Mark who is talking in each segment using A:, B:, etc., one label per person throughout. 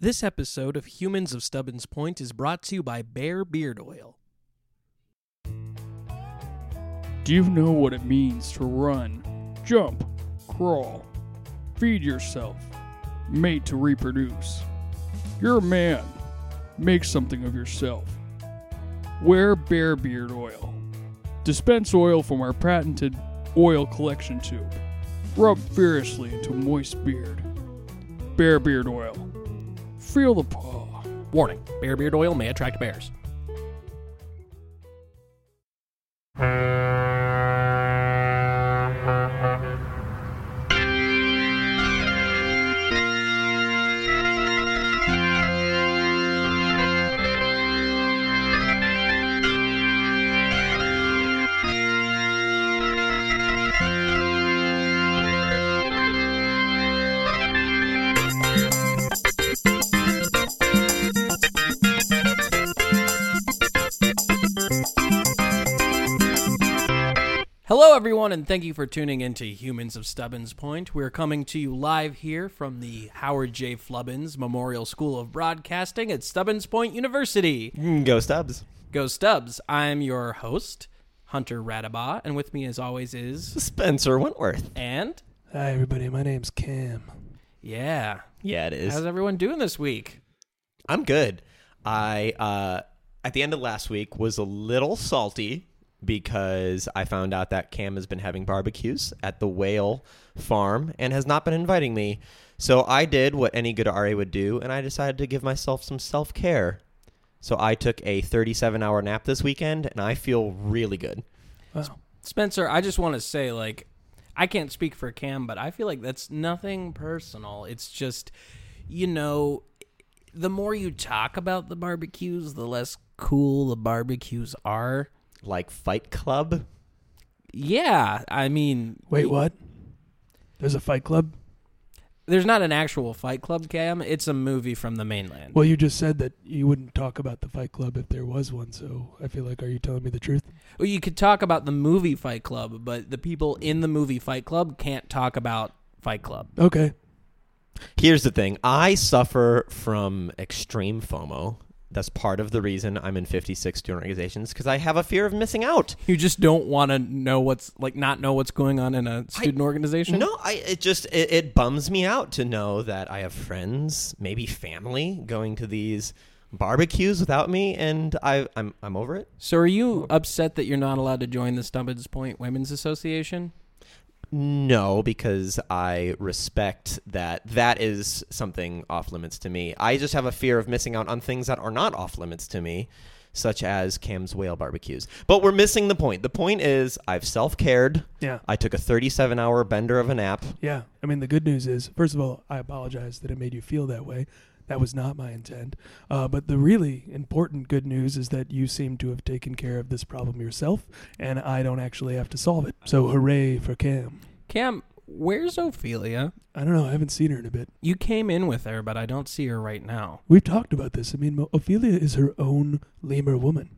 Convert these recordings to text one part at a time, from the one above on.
A: This episode of Humans of Stubbins Point is brought to you by Bear Beard Oil.
B: Do you know what it means to run, jump, crawl, feed yourself, mate to reproduce? You're a man. Make something of yourself. Wear bear beard oil. Dispense oil from our patented oil collection tube. Rub furiously into moist beard. Bear beard oil. Feel the paw.
A: Warning Bear Beard Oil may attract bears. Hello, everyone, and thank you for tuning in to Humans of Stubbins Point. We're coming to you live here from the Howard J. Flubbins Memorial School of Broadcasting at Stubbins Point University.
C: Go Stubbs.
A: Go Stubbs! I'm your host, Hunter Radabaugh, and with me, as always, is
C: Spencer Wentworth.
A: and
D: Hi, everybody. My name's Cam.
A: yeah.
C: Yeah, it is.
A: How's everyone doing this week?
C: I'm good. I uh at the end of last week was a little salty because I found out that Cam has been having barbecues at the Whale Farm and has not been inviting me. So I did what any good RA would do and I decided to give myself some self-care. So I took a 37-hour nap this weekend and I feel really good.
D: Wow.
A: Spencer, I just want to say, like, I can't speak for Cam, but I feel like that's nothing personal. It's just, you know, the more you talk about the barbecues, the less cool the barbecues are.
C: Like Fight Club.
A: Yeah, I mean,
D: Wait, what? There's a fight club?
A: there's not an actual Fight Club, Cam. It's a movie from the mainland.
D: Well, you just said that you wouldn't talk about the fight club if there was one, so I feel like, are you telling me the truth?
A: Well, you could talk about the movie Fight Club, but the people in the movie Fight Club can't talk about Fight Club.
D: Okay.
C: Here's the thing I suffer from extreme FOMO. That's part of the reason I'm in 56 student organizations because I have a fear of missing out.
A: You just don't want to know what's like, not know what's going on in a student organization.
C: No, I it just it, it bums me out to know that I have friends, maybe family, going to these barbecues without me, and I I'm I'm over it.
A: So are you upset that you're not allowed to join the Stubbins Point Women's Association?
C: No, because I respect that that is something off limits to me. I just have a fear of missing out on things that are not off limits to me, such as Cam's whale barbecues. But we're missing the point. The point is I've self cared.
D: Yeah.
C: I took a 37 hour bender of a nap.
D: Yeah. I mean, the good news is, first of all, I apologize that it made you feel that way. That was not my intent. Uh, but the really important good news is that you seem to have taken care of this problem yourself, and I don't actually have to solve it. So, hooray for Cam.
A: Cam, where's Ophelia?
D: I don't know. I haven't seen her in a bit.
A: You came in with her, but I don't see her right now.
D: We've talked about this. I mean, Mo- Ophelia is her own lemur woman.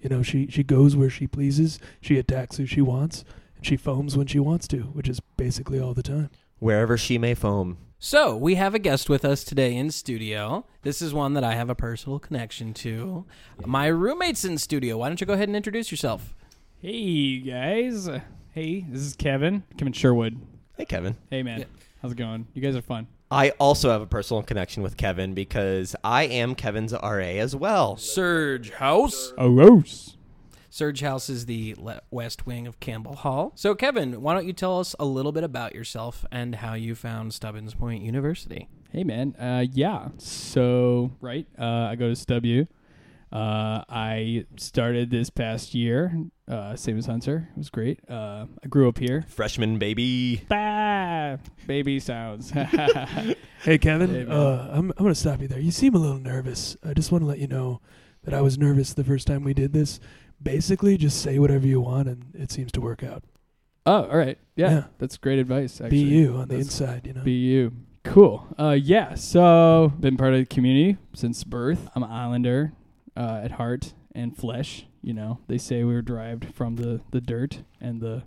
D: You know, she, she goes where she pleases, she attacks who she wants, and she foams when she wants to, which is basically all the time.
C: Wherever she may foam.
A: So, we have a guest with us today in studio. This is one that I have a personal connection to. My roommate's in studio. Why don't you go ahead and introduce yourself?
B: Hey guys. Hey, this is Kevin. Kevin Sherwood.
C: Hey, Kevin.
B: Hey man.
A: Yeah.
B: How's it going? You guys are fun.
C: I also have a personal connection with Kevin because I am Kevin's RA as well.
A: Serge House.
B: A rose.
A: Serge House is the le- west wing of Campbell Hall. So, Kevin, why don't you tell us a little bit about yourself and how you found Stubbins Point University?
B: Hey man. Uh, yeah. So right, uh, I go to StubU. Uh, I started this past year. Uh, same as Hunter. It was great. Uh, I grew up here.
C: Freshman baby.
B: Bah, baby sounds. Oh,
D: Hey, Kevin,
B: Hey, man.
D: uh, I'm, I'm going to stop you there. You seem a little nervous. I just want to let you know that I was nervous the first time we did this. Basically, just say whatever you want, and it seems to work out.
B: Oh, all right. Yeah,
D: Yeah.
B: that's great advice. Actually.
D: Be you on the
B: That's-
D: inside, you know?
B: Be you. Cool. Uh, yeah. So been part of the community since birth. I'm an islander uh, at heart and flesh. You know, they say we were derived from the the dirt and the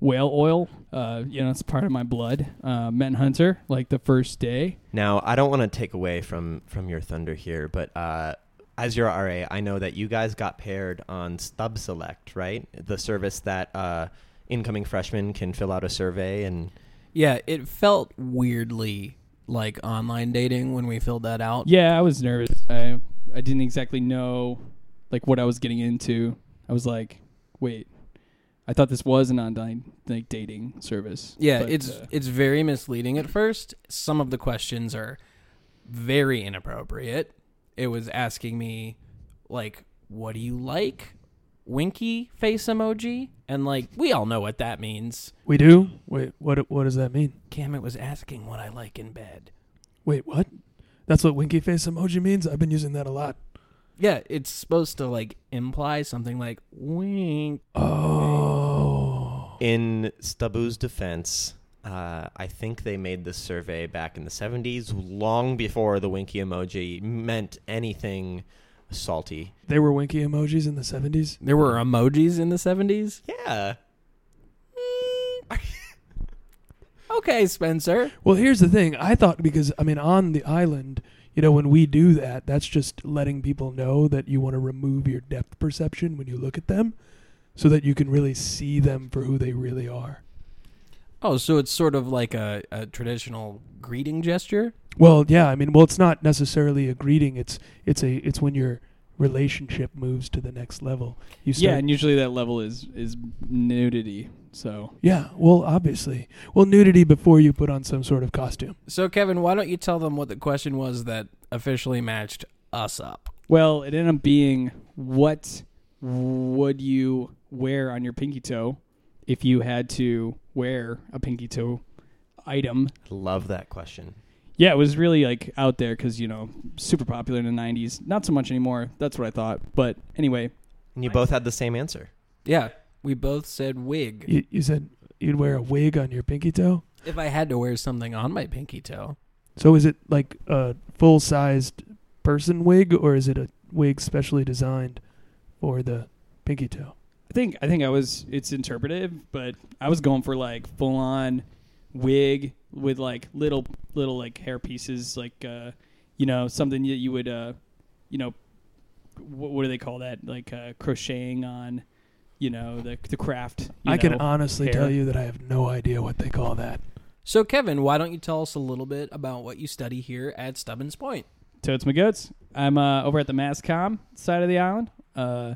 B: whale oil. Uh, you know, it's part of my blood. Uh, Met Hunter, like the first day.
C: Now, I don't want to take away from from your thunder here, but uh, as your RA, I know that you guys got paired on Stub Select, right? The service that uh, incoming freshmen can fill out a survey and
A: Yeah, it felt weirdly like online dating when we filled that out.
B: Yeah, I was nervous. I I didn't exactly know like what I was getting into. I was like, wait, I thought this was an online like dating service.
A: Yeah,
B: But,
A: it's
B: uh,
A: it's very misleading at first. Some of the questions are very inappropriate. It was asking me like, "What do you like?" Winky face emoji, and like we all know what that means.
D: We do. Wait, what? What does that mean?
A: Cam, it was asking what I like in bed.
D: Wait, what? That's what winky face emoji means. I've been using that a lot.
A: Yeah, it's supposed to like imply something like wink.
D: Oh.
C: In Stabu's defense, uh, I think they made this survey back in the 70s, long before the winky emoji meant anything salty.
D: They were winky emojis in the 70s.
A: There were emojis in the seventies.
C: Yeah.
A: Okay, Spencer.
D: Well, here's the thing. I thought because I mean on the island, you know, when we do that, that's just letting people know that you want to remove your depth perception when you look at them so that you can really see them for who they really are.
A: Oh, so it's sort of like a, a traditional greeting gesture.
D: Well, yeah, I mean, well, it's not necessarily a greeting. It's it's a it's when your relationship moves to the next level. You start,
B: yeah, and usually that level is is nudity. So
D: yeah. Well, obviously, well, nudity before you put on some sort of costume.
A: So, Kevin, why don't you tell them what the question was that officially matched us up?
B: well, it ended up being what would you wear on your pinky toe if you had to wear a pinky toe item
C: Love that question.
B: Yeah, it was really like out there because you know super popular in the '90s. Not so much anymore. That's what I thought. But anyway,
C: And you both had the same answer.
A: Yeah, we both said wig.
D: You, you said you'd wear a wig on your pinky toe.
A: If I had to wear something on my pinky toe,
D: So is it like a full sized person wig, or is it a wig specially designed for the pinky toe?
B: I think I think I was. It's interpretive, but I was going for like full on wig with like little little like hair pieces, like uh, you know something that you would uh, you know, what, what do they call that? Like uh, crocheting on, you know, the the craft. you
D: I can
B: know.
D: honestly
B: hair.
D: tell you that I have no idea what they call that.
A: so Kevin, why don't you tell us a little bit about what you study here at Stubbins Point?
B: Totes my goats. I'm uh, over at the MassCom side of the island. Uh,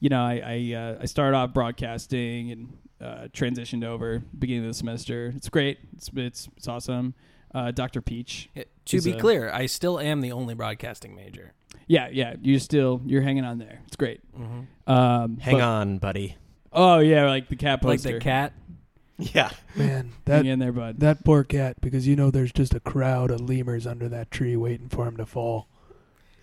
B: you know, I I, uh, I started off broadcasting and uh, transitioned over beginning of the semester. It's great. It's it's, it's awesome. Uh, Dr. Peach.
A: Eh, To
B: Is,
A: be
B: uh,
A: clear, I still am the only broadcasting major.
B: Yeah, yeah. You're still you're hanging on there. It's great.
A: Mm-hmm.
B: Um,
C: Hang
B: but-
C: on, buddy.
B: Oh yeah, like the cat
A: Like
B: poster.
A: the cat.
C: Yeah.
D: Man,
B: Hang
D: that
B: in there, bud.
D: that poor cat, because you know there's just a crowd of lemurs under that tree waiting for him to fall.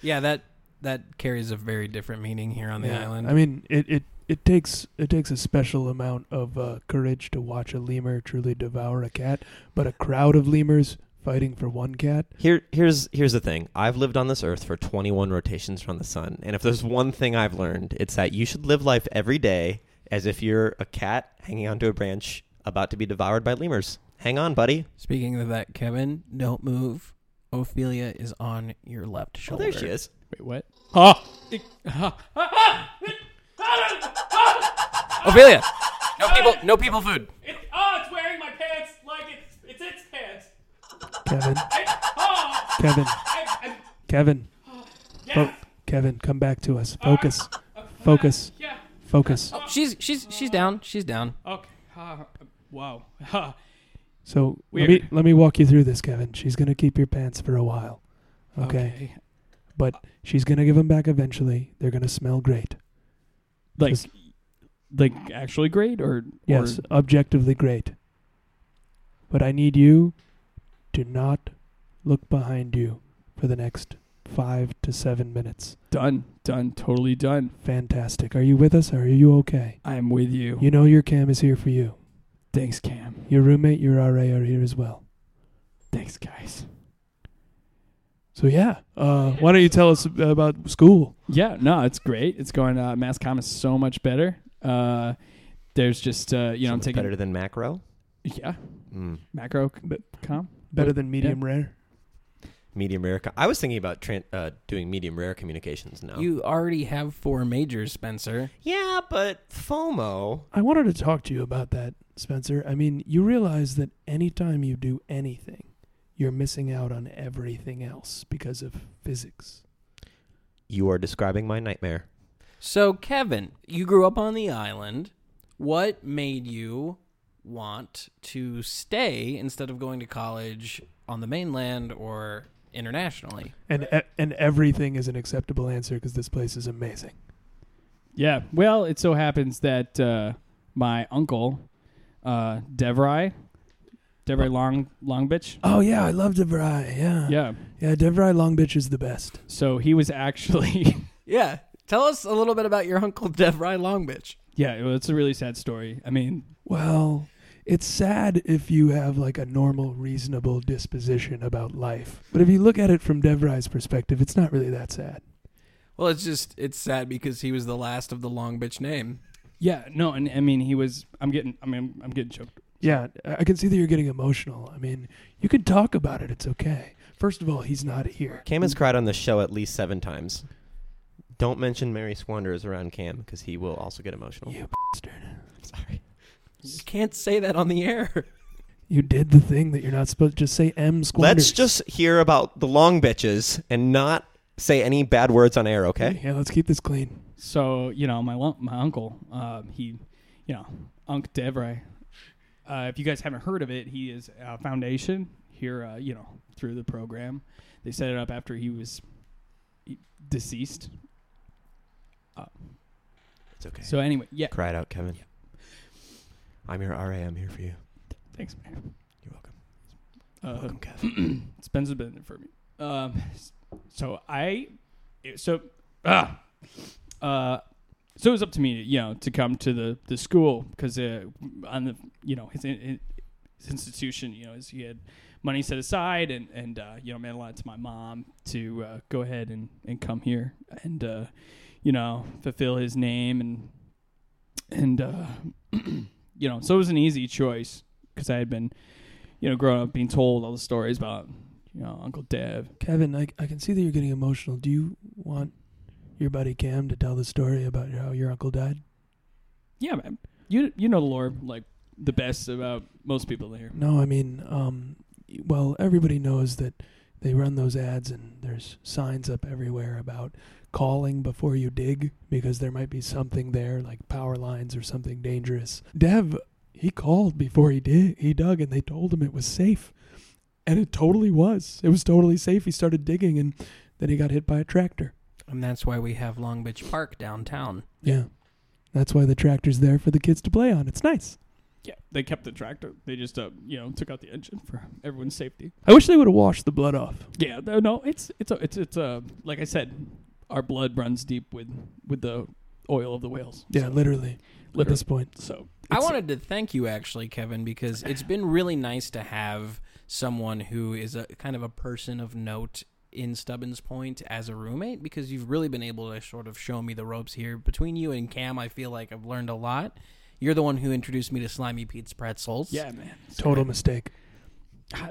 A: Yeah, that that carries a very different meaning here on the
D: Yeah.
A: island.
D: I mean, it, it it takes it takes a special amount of uh, courage to watch a lemur truly devour a cat, but a crowd of lemurs fighting for one cat.
C: Here, here's here's the thing. I've lived on this earth for 21 rotations from the sun, and if there's one thing I've learned, it's that you should live life every day as if you're a cat hanging onto a branch about to be devoured by lemurs. Hang on, buddy.
A: Speaking of that, Kevin, don't move. Ophelia is on your left
C: Oh,
A: shoulder.
C: there she is.
B: Wait, what? Oh,
A: Ophelia. No people. No people food.
B: oh, it's wearing my pants like it's it's its pants.
D: Kevin,
B: oh.
D: Kevin, Kevin, Fo- Kevin, come back to us. Focus, focus,
B: Uh, yeah. Uh,
D: focus.
A: Oh, She's she's she's down. She's down.
B: Oh, Okay. Ha, wow.
D: So let
B: Weird.
D: me let me walk you through this, Kevin. She's gonna keep your pants for a while, okay? But she's gonna give them back eventually. They're gonna smell great.
B: Like,
D: Just-
B: like actually great or
D: Yes,
B: Or,
D: objectively great. But I need you to not look behind you for the next five to seven minutes.
B: done. Done. Totally done.
D: Fantastic. Are you with us? Or are you okay?
B: I'm with you.
D: You know your cam is here for you.
B: Thanks, Cam.
D: Your roommate, your RA are here as well.
B: Thanks, guys.
D: So yeah, uh, why don't you tell us about school?
B: Yeah. No, it's great. It's going. Uh, Mass comm is so much better. Uh, There's just uh, you know I'm taking
C: better than macro.
B: yeah
C: Mm.
B: macro
D: But-
B: com
D: Better than medium rare.
C: Medium rare. co- I was thinking about tran uh, doing medium rare communications now.
A: You already have four majors, Spencer.
C: yeah, but FOMO.
D: I wanted to talk to you about that, Spencer. I mean, you realize that anytime you do anything, you're missing out on everything else because of physics.
C: You are describing my nightmare.
A: So, Kevin, you grew up on the island. What made you want to stay instead of going to college on the mainland or internationally?
D: And e- and everything is an acceptable answer because this place is amazing.
B: yeah well it so happens that uh, my uncle uh, Devry Devry Long Long Bitch
D: Oh yeah, I love DeVry. Yeah,
B: yeah
D: yeah. DeVry Long Beach is the best.
B: so he was actually
A: Yeah. Tell us a little bit about your Uncle Devry Long Bitch.
B: yeah it was- it's a really sad story I mean
D: Well, it's sad if you have like a normal, reasonable disposition about life. But if you look at it from DeVry's perspective, it's not really that sad.
A: Well, it's just, it's sad because he was the last of the Long Bitch name.
B: yeah no and I mean he was I'm getting I mean I'm getting choked
D: Yeah, I I can see that you're getting emotional. I mean, you can talk about it. It's okay. First of all, he's not here.
C: Cam has cried on the show at least seven times. Don't mention Mary Squanders around Cam because he will also get emotional.
D: You bastard.
C: Sorry.
A: You can't say that on the air.
D: You did the thing that you're not supposed to just say M squanders.
C: Let's just hear about the long bitches and not say any bad words on air, okay?
D: Yeah, let's keep this clean.
B: So you know, my lun- my uncle, uh, he, you know, Unc Devray. Uh, if you guys haven't heard of it, he is a foundation here. Uh, you know, through the program, they set it up after he was e- deceased. Uh,
C: It's okay.
B: So anyway, yeah,
C: Cry it out, Kevin. I'm your RA. I'm here for you.
B: thanks, man.
C: You're welcome.
B: Uh,
C: welcome, Kevin.
B: Spencer's been there for me. Um, so I, so ah, uh, so it was up to me, you know, to come to the the school because uh, on the you know his, in- his institution, you know, is he had money set aside and and uh, you know meant a lot to my mom to uh, go ahead and and come here and uh, you know fulfill his name and and uh, you know so it was an easy choice because I had been you know, growing up being told all the stories about, you know, Uncle Dev.
D: Kevin, I, I can see that you're getting emotional. Do you want your buddy Cam to tell the story about how your uncle died?
B: Yeah, man. You you know the lore like the best about most people there.
D: No, I mean, um, well, everybody knows that they run those ads and there's signs up everywhere about calling before you dig because there might be something there like power lines or something dangerous. Dev, he called before he did. He dug and they told him it was safe. And it totally was. It was totally safe. He started digging and then he got hit by a tractor.
A: And that's why we have Long Bitch Park downtown.
D: Yeah. That's why the tractor's there for the kids to play on. It's nice.
B: Yeah, they kept the tractor. They just uh, you know, took out the engine for everyone's safety.
D: I wish they would have washed the blood off.
B: Yeah, no, no, it's it's a, it's it's uh like I said, our blood runs deep with with the oil of the whales.
D: Yeah, literally, at
B: Literally.
D: this point.
B: So
A: I
B: it's-
A: wanted to thank you actually, Kevin, because it's been really nice to have someone who is a kind of a person of note in Stubbins Point as a roommate because you've really been able to sort of show me the ropes here. Between you and Cam, I feel like I've learned a lot. You're the one who introduced me to Slimy Pete's pretzels.
B: Yeah, man.
D: Total mistake.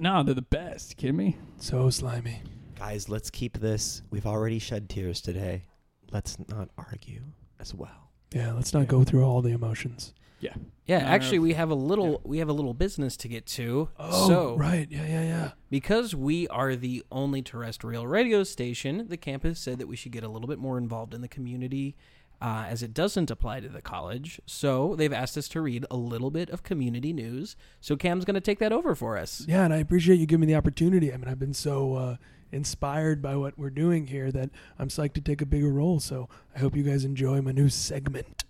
B: No, they're the best. You kidding me?
D: So slimy.
C: Guys, let's keep this. We've already shed tears today. Let's not argue as well.
D: Yeah, let's not go through all the emotions.
A: Yeah,
B: No, no,
A: actually
B: no.
A: we have a little we have a little business to get to.
D: Oh,
A: so
D: right. Yeah, yeah, yeah.
A: Because we are the only terrestrial radio station, the campus said that we should get a little bit more involved in the community uh, as it doesn't apply to the college. So they've asked us to read a little bit of community news. So Cam's going to take that over for us.
D: Yeah, and I appreciate you giving me the opportunity. I mean, I've been so uh, inspired by what we're doing here that I'm psyched to take a bigger role. So I hope you guys enjoy my new segment.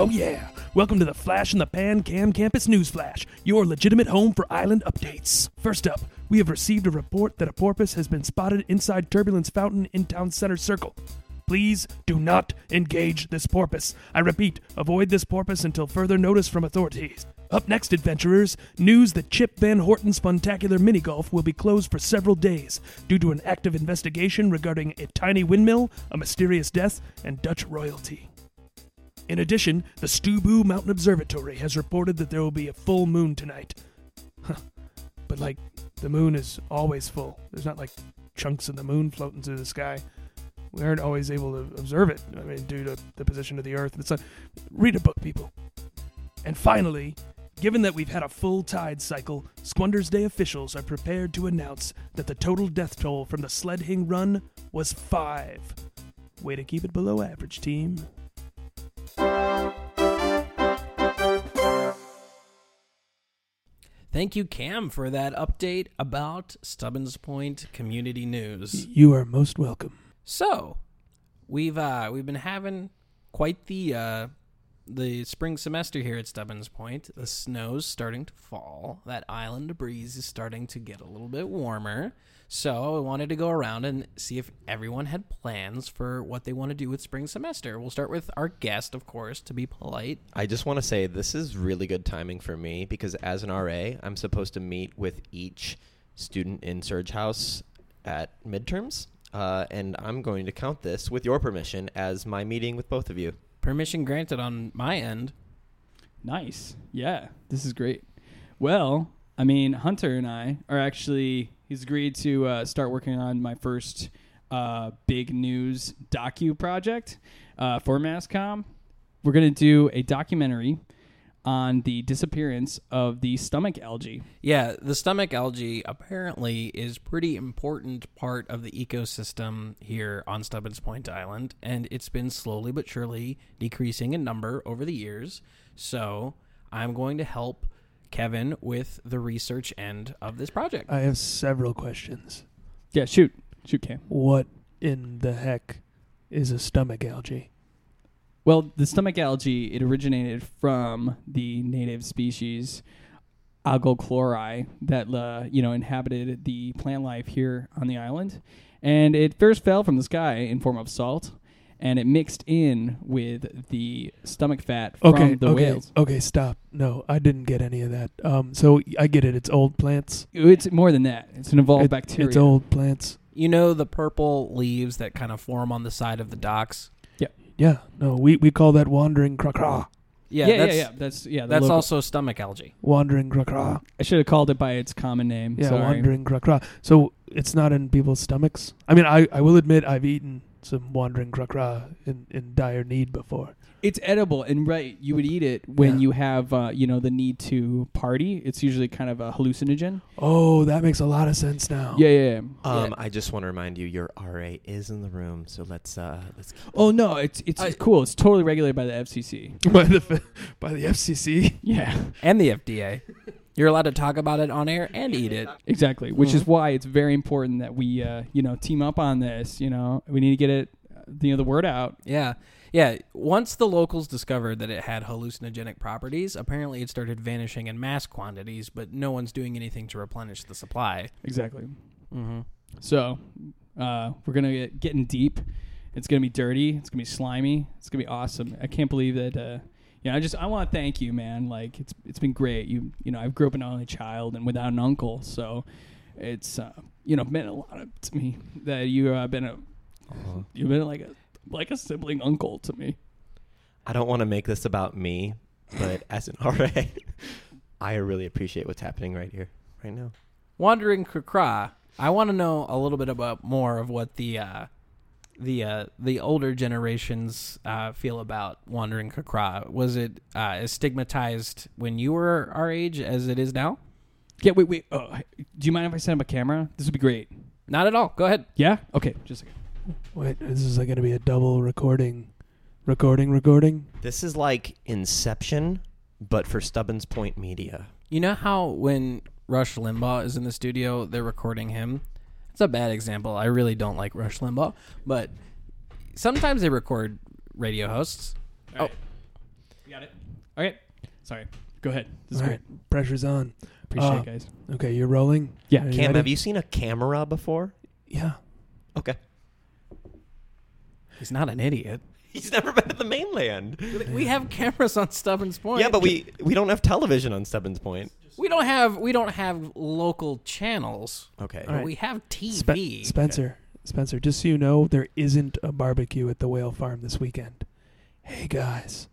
D: Oh, yeah. Welcome to the Flash in the Pan Cam Campus News Flash, your legitimate home for island updates. First up, we have received a report that a porpoise has been spotted inside Turbulence Fountain in Town Center Circle. Please do not engage this porpoise. I repeat, avoid this porpoise until further notice from authorities. Up next, adventurers, news that Chip Van Horton's Funtacular Mini Golf will be closed for several days due to an active investigation regarding a tiny windmill, a mysterious death, and Dutch royalty. In addition, the Stubu Mountain Observatory has reported that there will be a full moon tonight. Huh. But, like, the moon is always full. There's not, like, chunks of the moon floating through the sky. We aren't always able to observe it, I mean, due to the position of the Earth. It's a, read a book, people. And finally, given that we've had a full tide cycle, Squander's Day officials are prepared to announce that the total death toll from the Sledhing run was five. Way to keep it below average, team.
A: Thank you, Cam, for that update about Stubbins Point community news.
D: You are most welcome.
A: So, we've uh, we've been having quite the uh, the spring semester here at Stubbins Point. The snow's starting to fall. That island breeze is starting to get a little bit warmer. So, I wanted to go around and see if everyone had plans for what they want to do with spring semester. We'll start with our guest, of course, to be polite.
C: I just want to say this is really good timing for me because as an RA, I'm supposed to meet with each student in Surge House at midterms. Uh, and I'm going to count this, with your permission, as my meeting with both of you.
A: Permission granted on my end.
B: Nice. Yeah, this is great. Well, I mean, Hunter and I are actually, he's agreed to uh, start working on my first uh, big news docu project uh, for MassCom. We're going to do a documentary on the disappearance of the stomach algae.
A: Yeah, the stomach algae apparently is pretty important part of the ecosystem here on Stubbins Point Island, and it's been slowly but surely decreasing in number over the years. So I'm going to help Kevin with the research end of this project.
D: I have several questions.
B: Yeah, shoot. Shoot, Cam.
D: What in the heck is a stomach algae?
B: Well, the stomach algae it originated from the native species algochlori that uh, you know inhabited the plant life here on the island, and it first fell from the sky in form of salt, and it mixed in with the stomach fat from
D: Okay,
B: the
D: okay,
B: whales.
D: okay. Stop. No, I didn't get any of that. Um, so I get it. It's old plants.
B: It's more than that. It's an evolved
D: It-
B: bacteria.
D: It's old plants.
A: You know the purple leaves that kind of form on the side of the docks?
D: Yeah. No, we, we call that wandering crocra.
A: Yeah,
B: yeah,
A: that's,
B: yeah, yeah. That's yeah. the
A: that's
B: local-
A: also stomach algae.
D: Wandering crocra.
B: I should have called it by its common name.
D: Yeah,
B: Sorry.
D: wandering crocra. So it's not in people's stomachs. I mean, I, I will admit I've eaten some wandering crocra in, in dire need before.
B: It's edible and right. You would eat it when
D: Yeah.
B: you have uh, you know the need to party. It's usually kind of a hallucinogen.
D: Oh, that makes a lot of sense now.
B: Yeah, yeah. yeah.
C: Um, I just want to remind you, your RA is in the room, so let's uh, let's.
B: Oh no, it's it's,
A: I-
B: it's cool. It's totally regulated by the FCC.
D: By the by the FCC.
B: Yeah,
A: And the FDA. You're allowed to talk about it on air and eat it.
B: exactly. Which is why it's very important that we uh, you know team up on this. You know, we need to get it uh, you know the word out.
A: Yeah. Yeah. Once the locals discovered that it had hallucinogenic properties, apparently it started vanishing in mass quantities, but no one's doing anything to replenish the supply.
B: Exactly.
A: Mm-hmm.
B: So uh, we're gonna get getting deep. It's gonna be dirty. It's gonna be slimy. It's gonna be awesome. I can't believe that. Uh, you know, I just I want to thank you, man. Like it's it's been great. You you know I grew up an only child and without an uncle, so it's uh, you know meant a lot of, to me that you uh, been a you've been like a like a sibling uncle to me.
C: I don't want to make this about me, but as an RA, I really appreciate what's happening right here, right now.
A: Wandering Krakra, I want to know a little bit about more of what the uh, the uh, the older generations uh, feel about Wandering Krakra. Was it uh, as stigmatized when you were our age as it is now?
B: Yeah, wait, wait. Oh, do you mind if I set up a camera? This would be great.
A: Not at all. Go ahead.
B: Yeah. Okay. Just a second.
D: Wait, this is like going to be a double recording, recording, recording.
C: This is like Inception, but for Stubbins Point Media.
A: You know how when Rush Limbaugh is in the studio, they're recording him? It's a bad example. I really don't like Rush Limbaugh, but sometimes they record radio hosts.
D: Oh.
B: All right. You got it. Okay. Sorry. Go ahead. This is
D: All
B: great.
D: right, pressure's on.
B: Appreciate
D: Uh,
B: it, guys.
D: Okay, you're rolling.
B: Yeah,
D: Are
C: Cam,
D: ready?
C: have you seen a camera before?
D: Yeah.
C: Okay.
A: He's not an idiot.
C: He's never been to the mainland.
A: We have cameras on Stubbins Point.
C: Yeah, but we we don't have television on Stubbins Point.
A: we don't have we don't have local channels.
C: Okay.
A: but We have
D: Spe-
A: TV.
D: Spencer, Spencer, just so you know, there isn't a barbecue at the Whale Farm this weekend. Hey guys,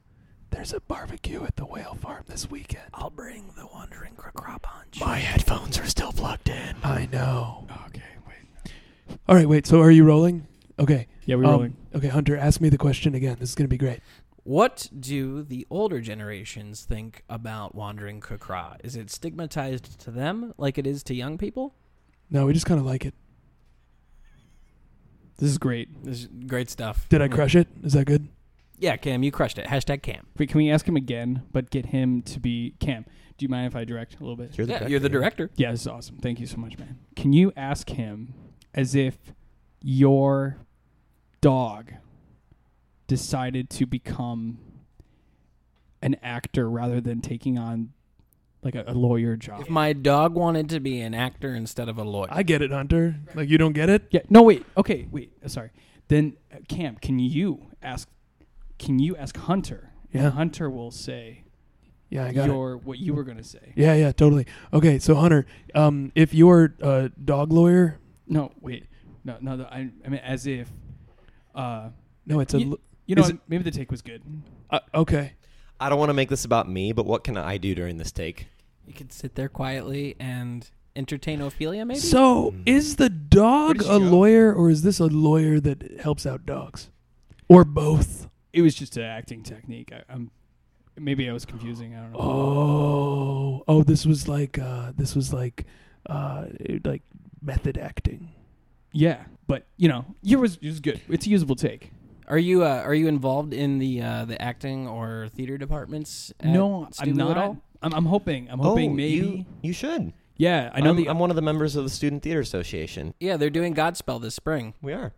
D: there's a barbecue at the Whale Farm this weekend.
A: I'll bring the wandering crop hunch.
C: My headphones are still plugged in.
D: I know.
B: Oh, Okay, wait.
D: All right, wait. So are you rolling? Okay.
B: Yeah, we're
D: um,
B: rolling.
D: Okay, Hunter, ask me the question again. This is gonna be great.
A: What do the older generations think about wandering kakra? Is it stigmatized to them like it is to young people?
D: No, we just kind of like it.
B: This is great.
A: This is great stuff.
D: Did I crush it? Is that good?
A: Yeah, Cam, you crushed it. Hashtag Cam.
B: Wait, can we ask him again, but get him to be Cam? Do you mind if I direct a little bit?
C: You're the
A: yeah, you're the director.
B: Yeah, this is awesome. Thank you so much, man. Can you ask him as if your dog decided to become an actor rather than taking on like a, a lawyer job?
A: If my dog wanted to be an actor instead of a lawyer,
D: I get it, Hunter. Like you don't get it?
B: yeah. No, wait. Okay, wait. uh, Sorry. Then uh, Cam, can you ask? Can you ask Hunter? And
D: Yeah.
B: Hunter will say
D: Yeah, I got it.
B: your what you were gonna say.
D: Yeah, yeah, totally. Okay, so Hunter, um, if you're a dog lawyer,
B: No, wait. No, no. the- I, I mean, as if. Uh,
D: no, it's a
B: You-
D: l-
B: you know,
D: Is
B: what? maybe the take was good.
D: uh, okay.
C: I don't want to make this about me, but what can I do during this take?
A: you could sit there quietly and entertain Ophelia, maybe?
D: So, is the dog
B: Where did she
D: a
B: go?
D: lawyer, or is this a lawyer that helps out dogs, or both?
B: It was just an acting technique. I, I'm maybe I was confusing. I don't know.
D: Oh, oh, this was like, uh, this was like, uh, like method acting.
B: Yeah, but you know, yours was yours was good. It's a usable take.
A: Are you uh, are you involved in the uh, the acting or theater departments?
C: Uh,
A: at
B: no, I'm
A: Stubu
B: not.
A: At all?
B: I'm, I'm hoping. I'm hoping maybe.
C: Oh, You, you should.
B: yeah, I know.
C: I'm,
B: the,
C: I'm one of the members of the Student Theater Association.
A: Yeah, they're doing Godspell this spring.
C: We are.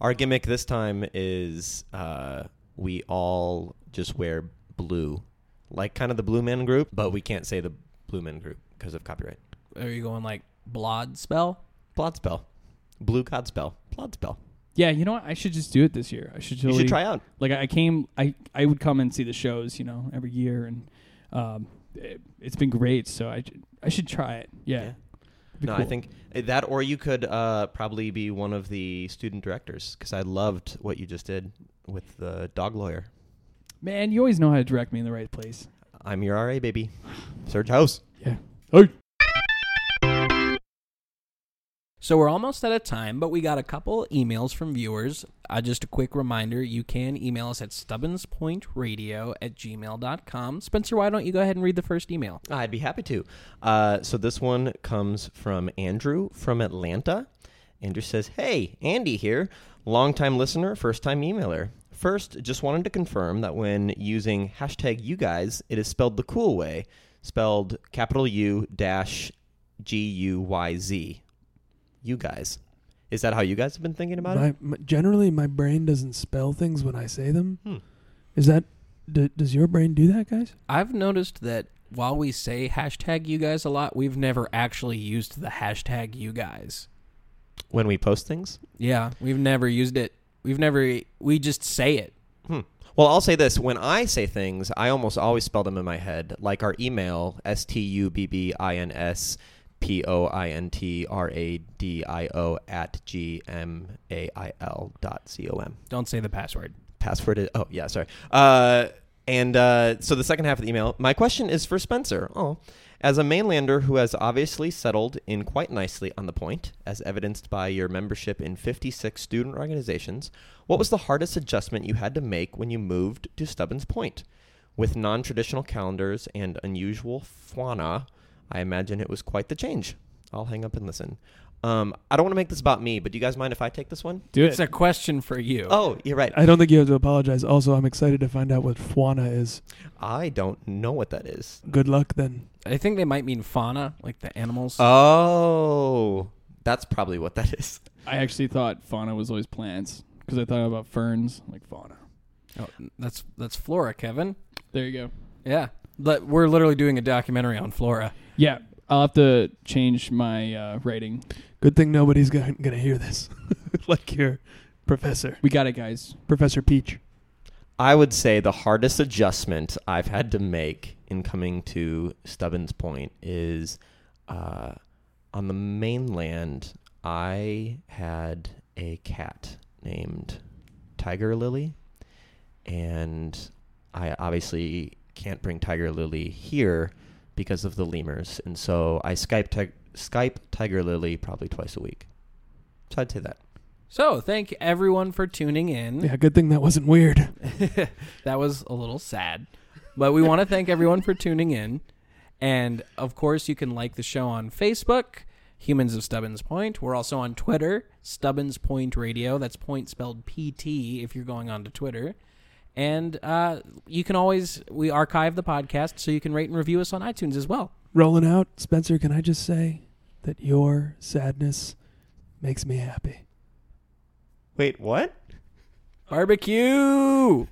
C: Our gimmick this time is uh, we all just wear blue, like kind of the Blue Men Group, but we can't say the Blue Men Group because of copyright.
A: Are you going like Blod spell?
C: Plot spell, blue cod spell, plot spell.
B: yeah, you know what? I should just do it this year. I should. Totally,
C: You should try out.
B: Like I I came. I I would come and see the shows. You know, every year, and um, it, it's been great. So I j- I should try it. Yeah.
C: Yeah.
B: Be
C: No, I
B: cool.
C: think eh, that, or you could uh, probably be one of the student directors because I loved what you just did with the dog lawyer.
B: Man, you always know how to direct me in the right place.
C: I'm your RA, baby. Serge House.
B: Yeah.
A: So we're almost out of time, but we got a couple emails from viewers. Uh, just a quick reminder, you can email us at stubbinspointradio at gmail.com. Spencer, why don't you go ahead and read the first email?
C: I'd be happy to. Uh, so this one comes from Andrew from Atlanta. Andrew says, Hey, Andy here. Longtime listener, first time emailer. First, just wanted to confirm that when using hashtag you guys, it is spelled the cool way, spelled capital U dash G U Y Z. You guys. Is that how you guys have been thinking about it?
D: My, my, generally, my brain doesn't spell things when I say them.
C: Hmm.
D: Is that? D- does your brain do that, guys?
A: I've noticed that while we say hashtag you guys a lot, we've never actually used the hashtag you guys.
C: When we post things?
A: Yeah, we've never used it. We've never, we just say it.
C: Hmm. Well, I'll say this: when I say things, I almost always spell them in my head, like our email: s t u b b i n s p o i n t r a d i o at g m a i l dot c o m.
A: Don't say the password.
C: Password is oh yeah, sorry. Uh, and uh, so the second half of the email, my question is for Spencer. Oh, as a mainlander who has obviously settled in quite nicely on the point, as evidenced by your membership in 56 student organizations, what was the hardest adjustment you had to make when you moved to Stubbins Point? With non traditional calendars and unusual fauna, I imagine it was quite the change. I'll hang up and listen. Um, I don't want to make this about me, but do you guys mind if I take this one?
B: Do it.
A: It's a question for you.
C: Oh, you're right.
D: I don't think you have to apologize. Also, I'm excited to find out what Fuana is.
C: I don't know what that is.
D: Good luck then.
A: I think they might mean fauna, like the animals.
C: Uh. Oh, that's probably what that is.
B: I actually thought fauna was always plants because I thought about ferns, like fauna.
A: oh, that's, that's flora, Kevin.
B: There you go.
A: Yeah. But we're literally doing a documentary on flora.
B: Yeah, I'll have to change my uh, rating.
D: Good thing nobody's going to hear this, like your Professor.
B: We got it, guys.
D: Professor Peach.
C: I would say the hardest adjustment I've had to make in coming to Stubbins Point is uh, on the mainland, I had a cat named Tiger Lily. And I obviously can't bring Tiger Lily here because of the lemurs. And so I Skype, tig- Skype Tiger Lily probably twice a week. So I'd say that.
A: So, thank everyone for tuning in.
D: Yeah, good thing that wasn't weird.
A: that was a little sad. But we want to thank everyone for tuning in. And of course, you can like the show on Facebook, Humans of Stubbins Point. We're also on Twitter, Stubbins Point Radio. That's point spelled PT if you're going on to Twitter. And uh, you can always, we archive the podcast so you can rate and review us on iTunes as well.
D: Rolling out, Spencer, can I just say that your sadness makes me happy?
C: Wait, what?
A: Barbecue!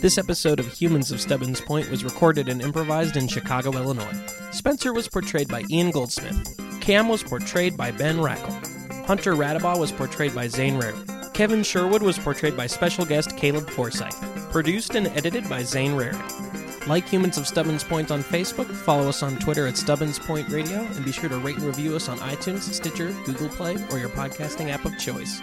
A: This episode of Humans of Stubbins Point was recorded and improvised in Chicago, Illinois. Spencer was portrayed by Ian Goldsmith. Cam was portrayed by Ben Rackle. Hunter Radabaugh was portrayed by Zane Rare. Kevin Sherwood was portrayed by special guest Caleb Forsyth. Produced and edited by Zane Rare. Like Humans of Stubbins Point on Facebook, follow us on Twitter at Stubbins Point Radio, and be sure to rate and review us on iTunes, Stitcher, Google Play, or your podcasting app of choice.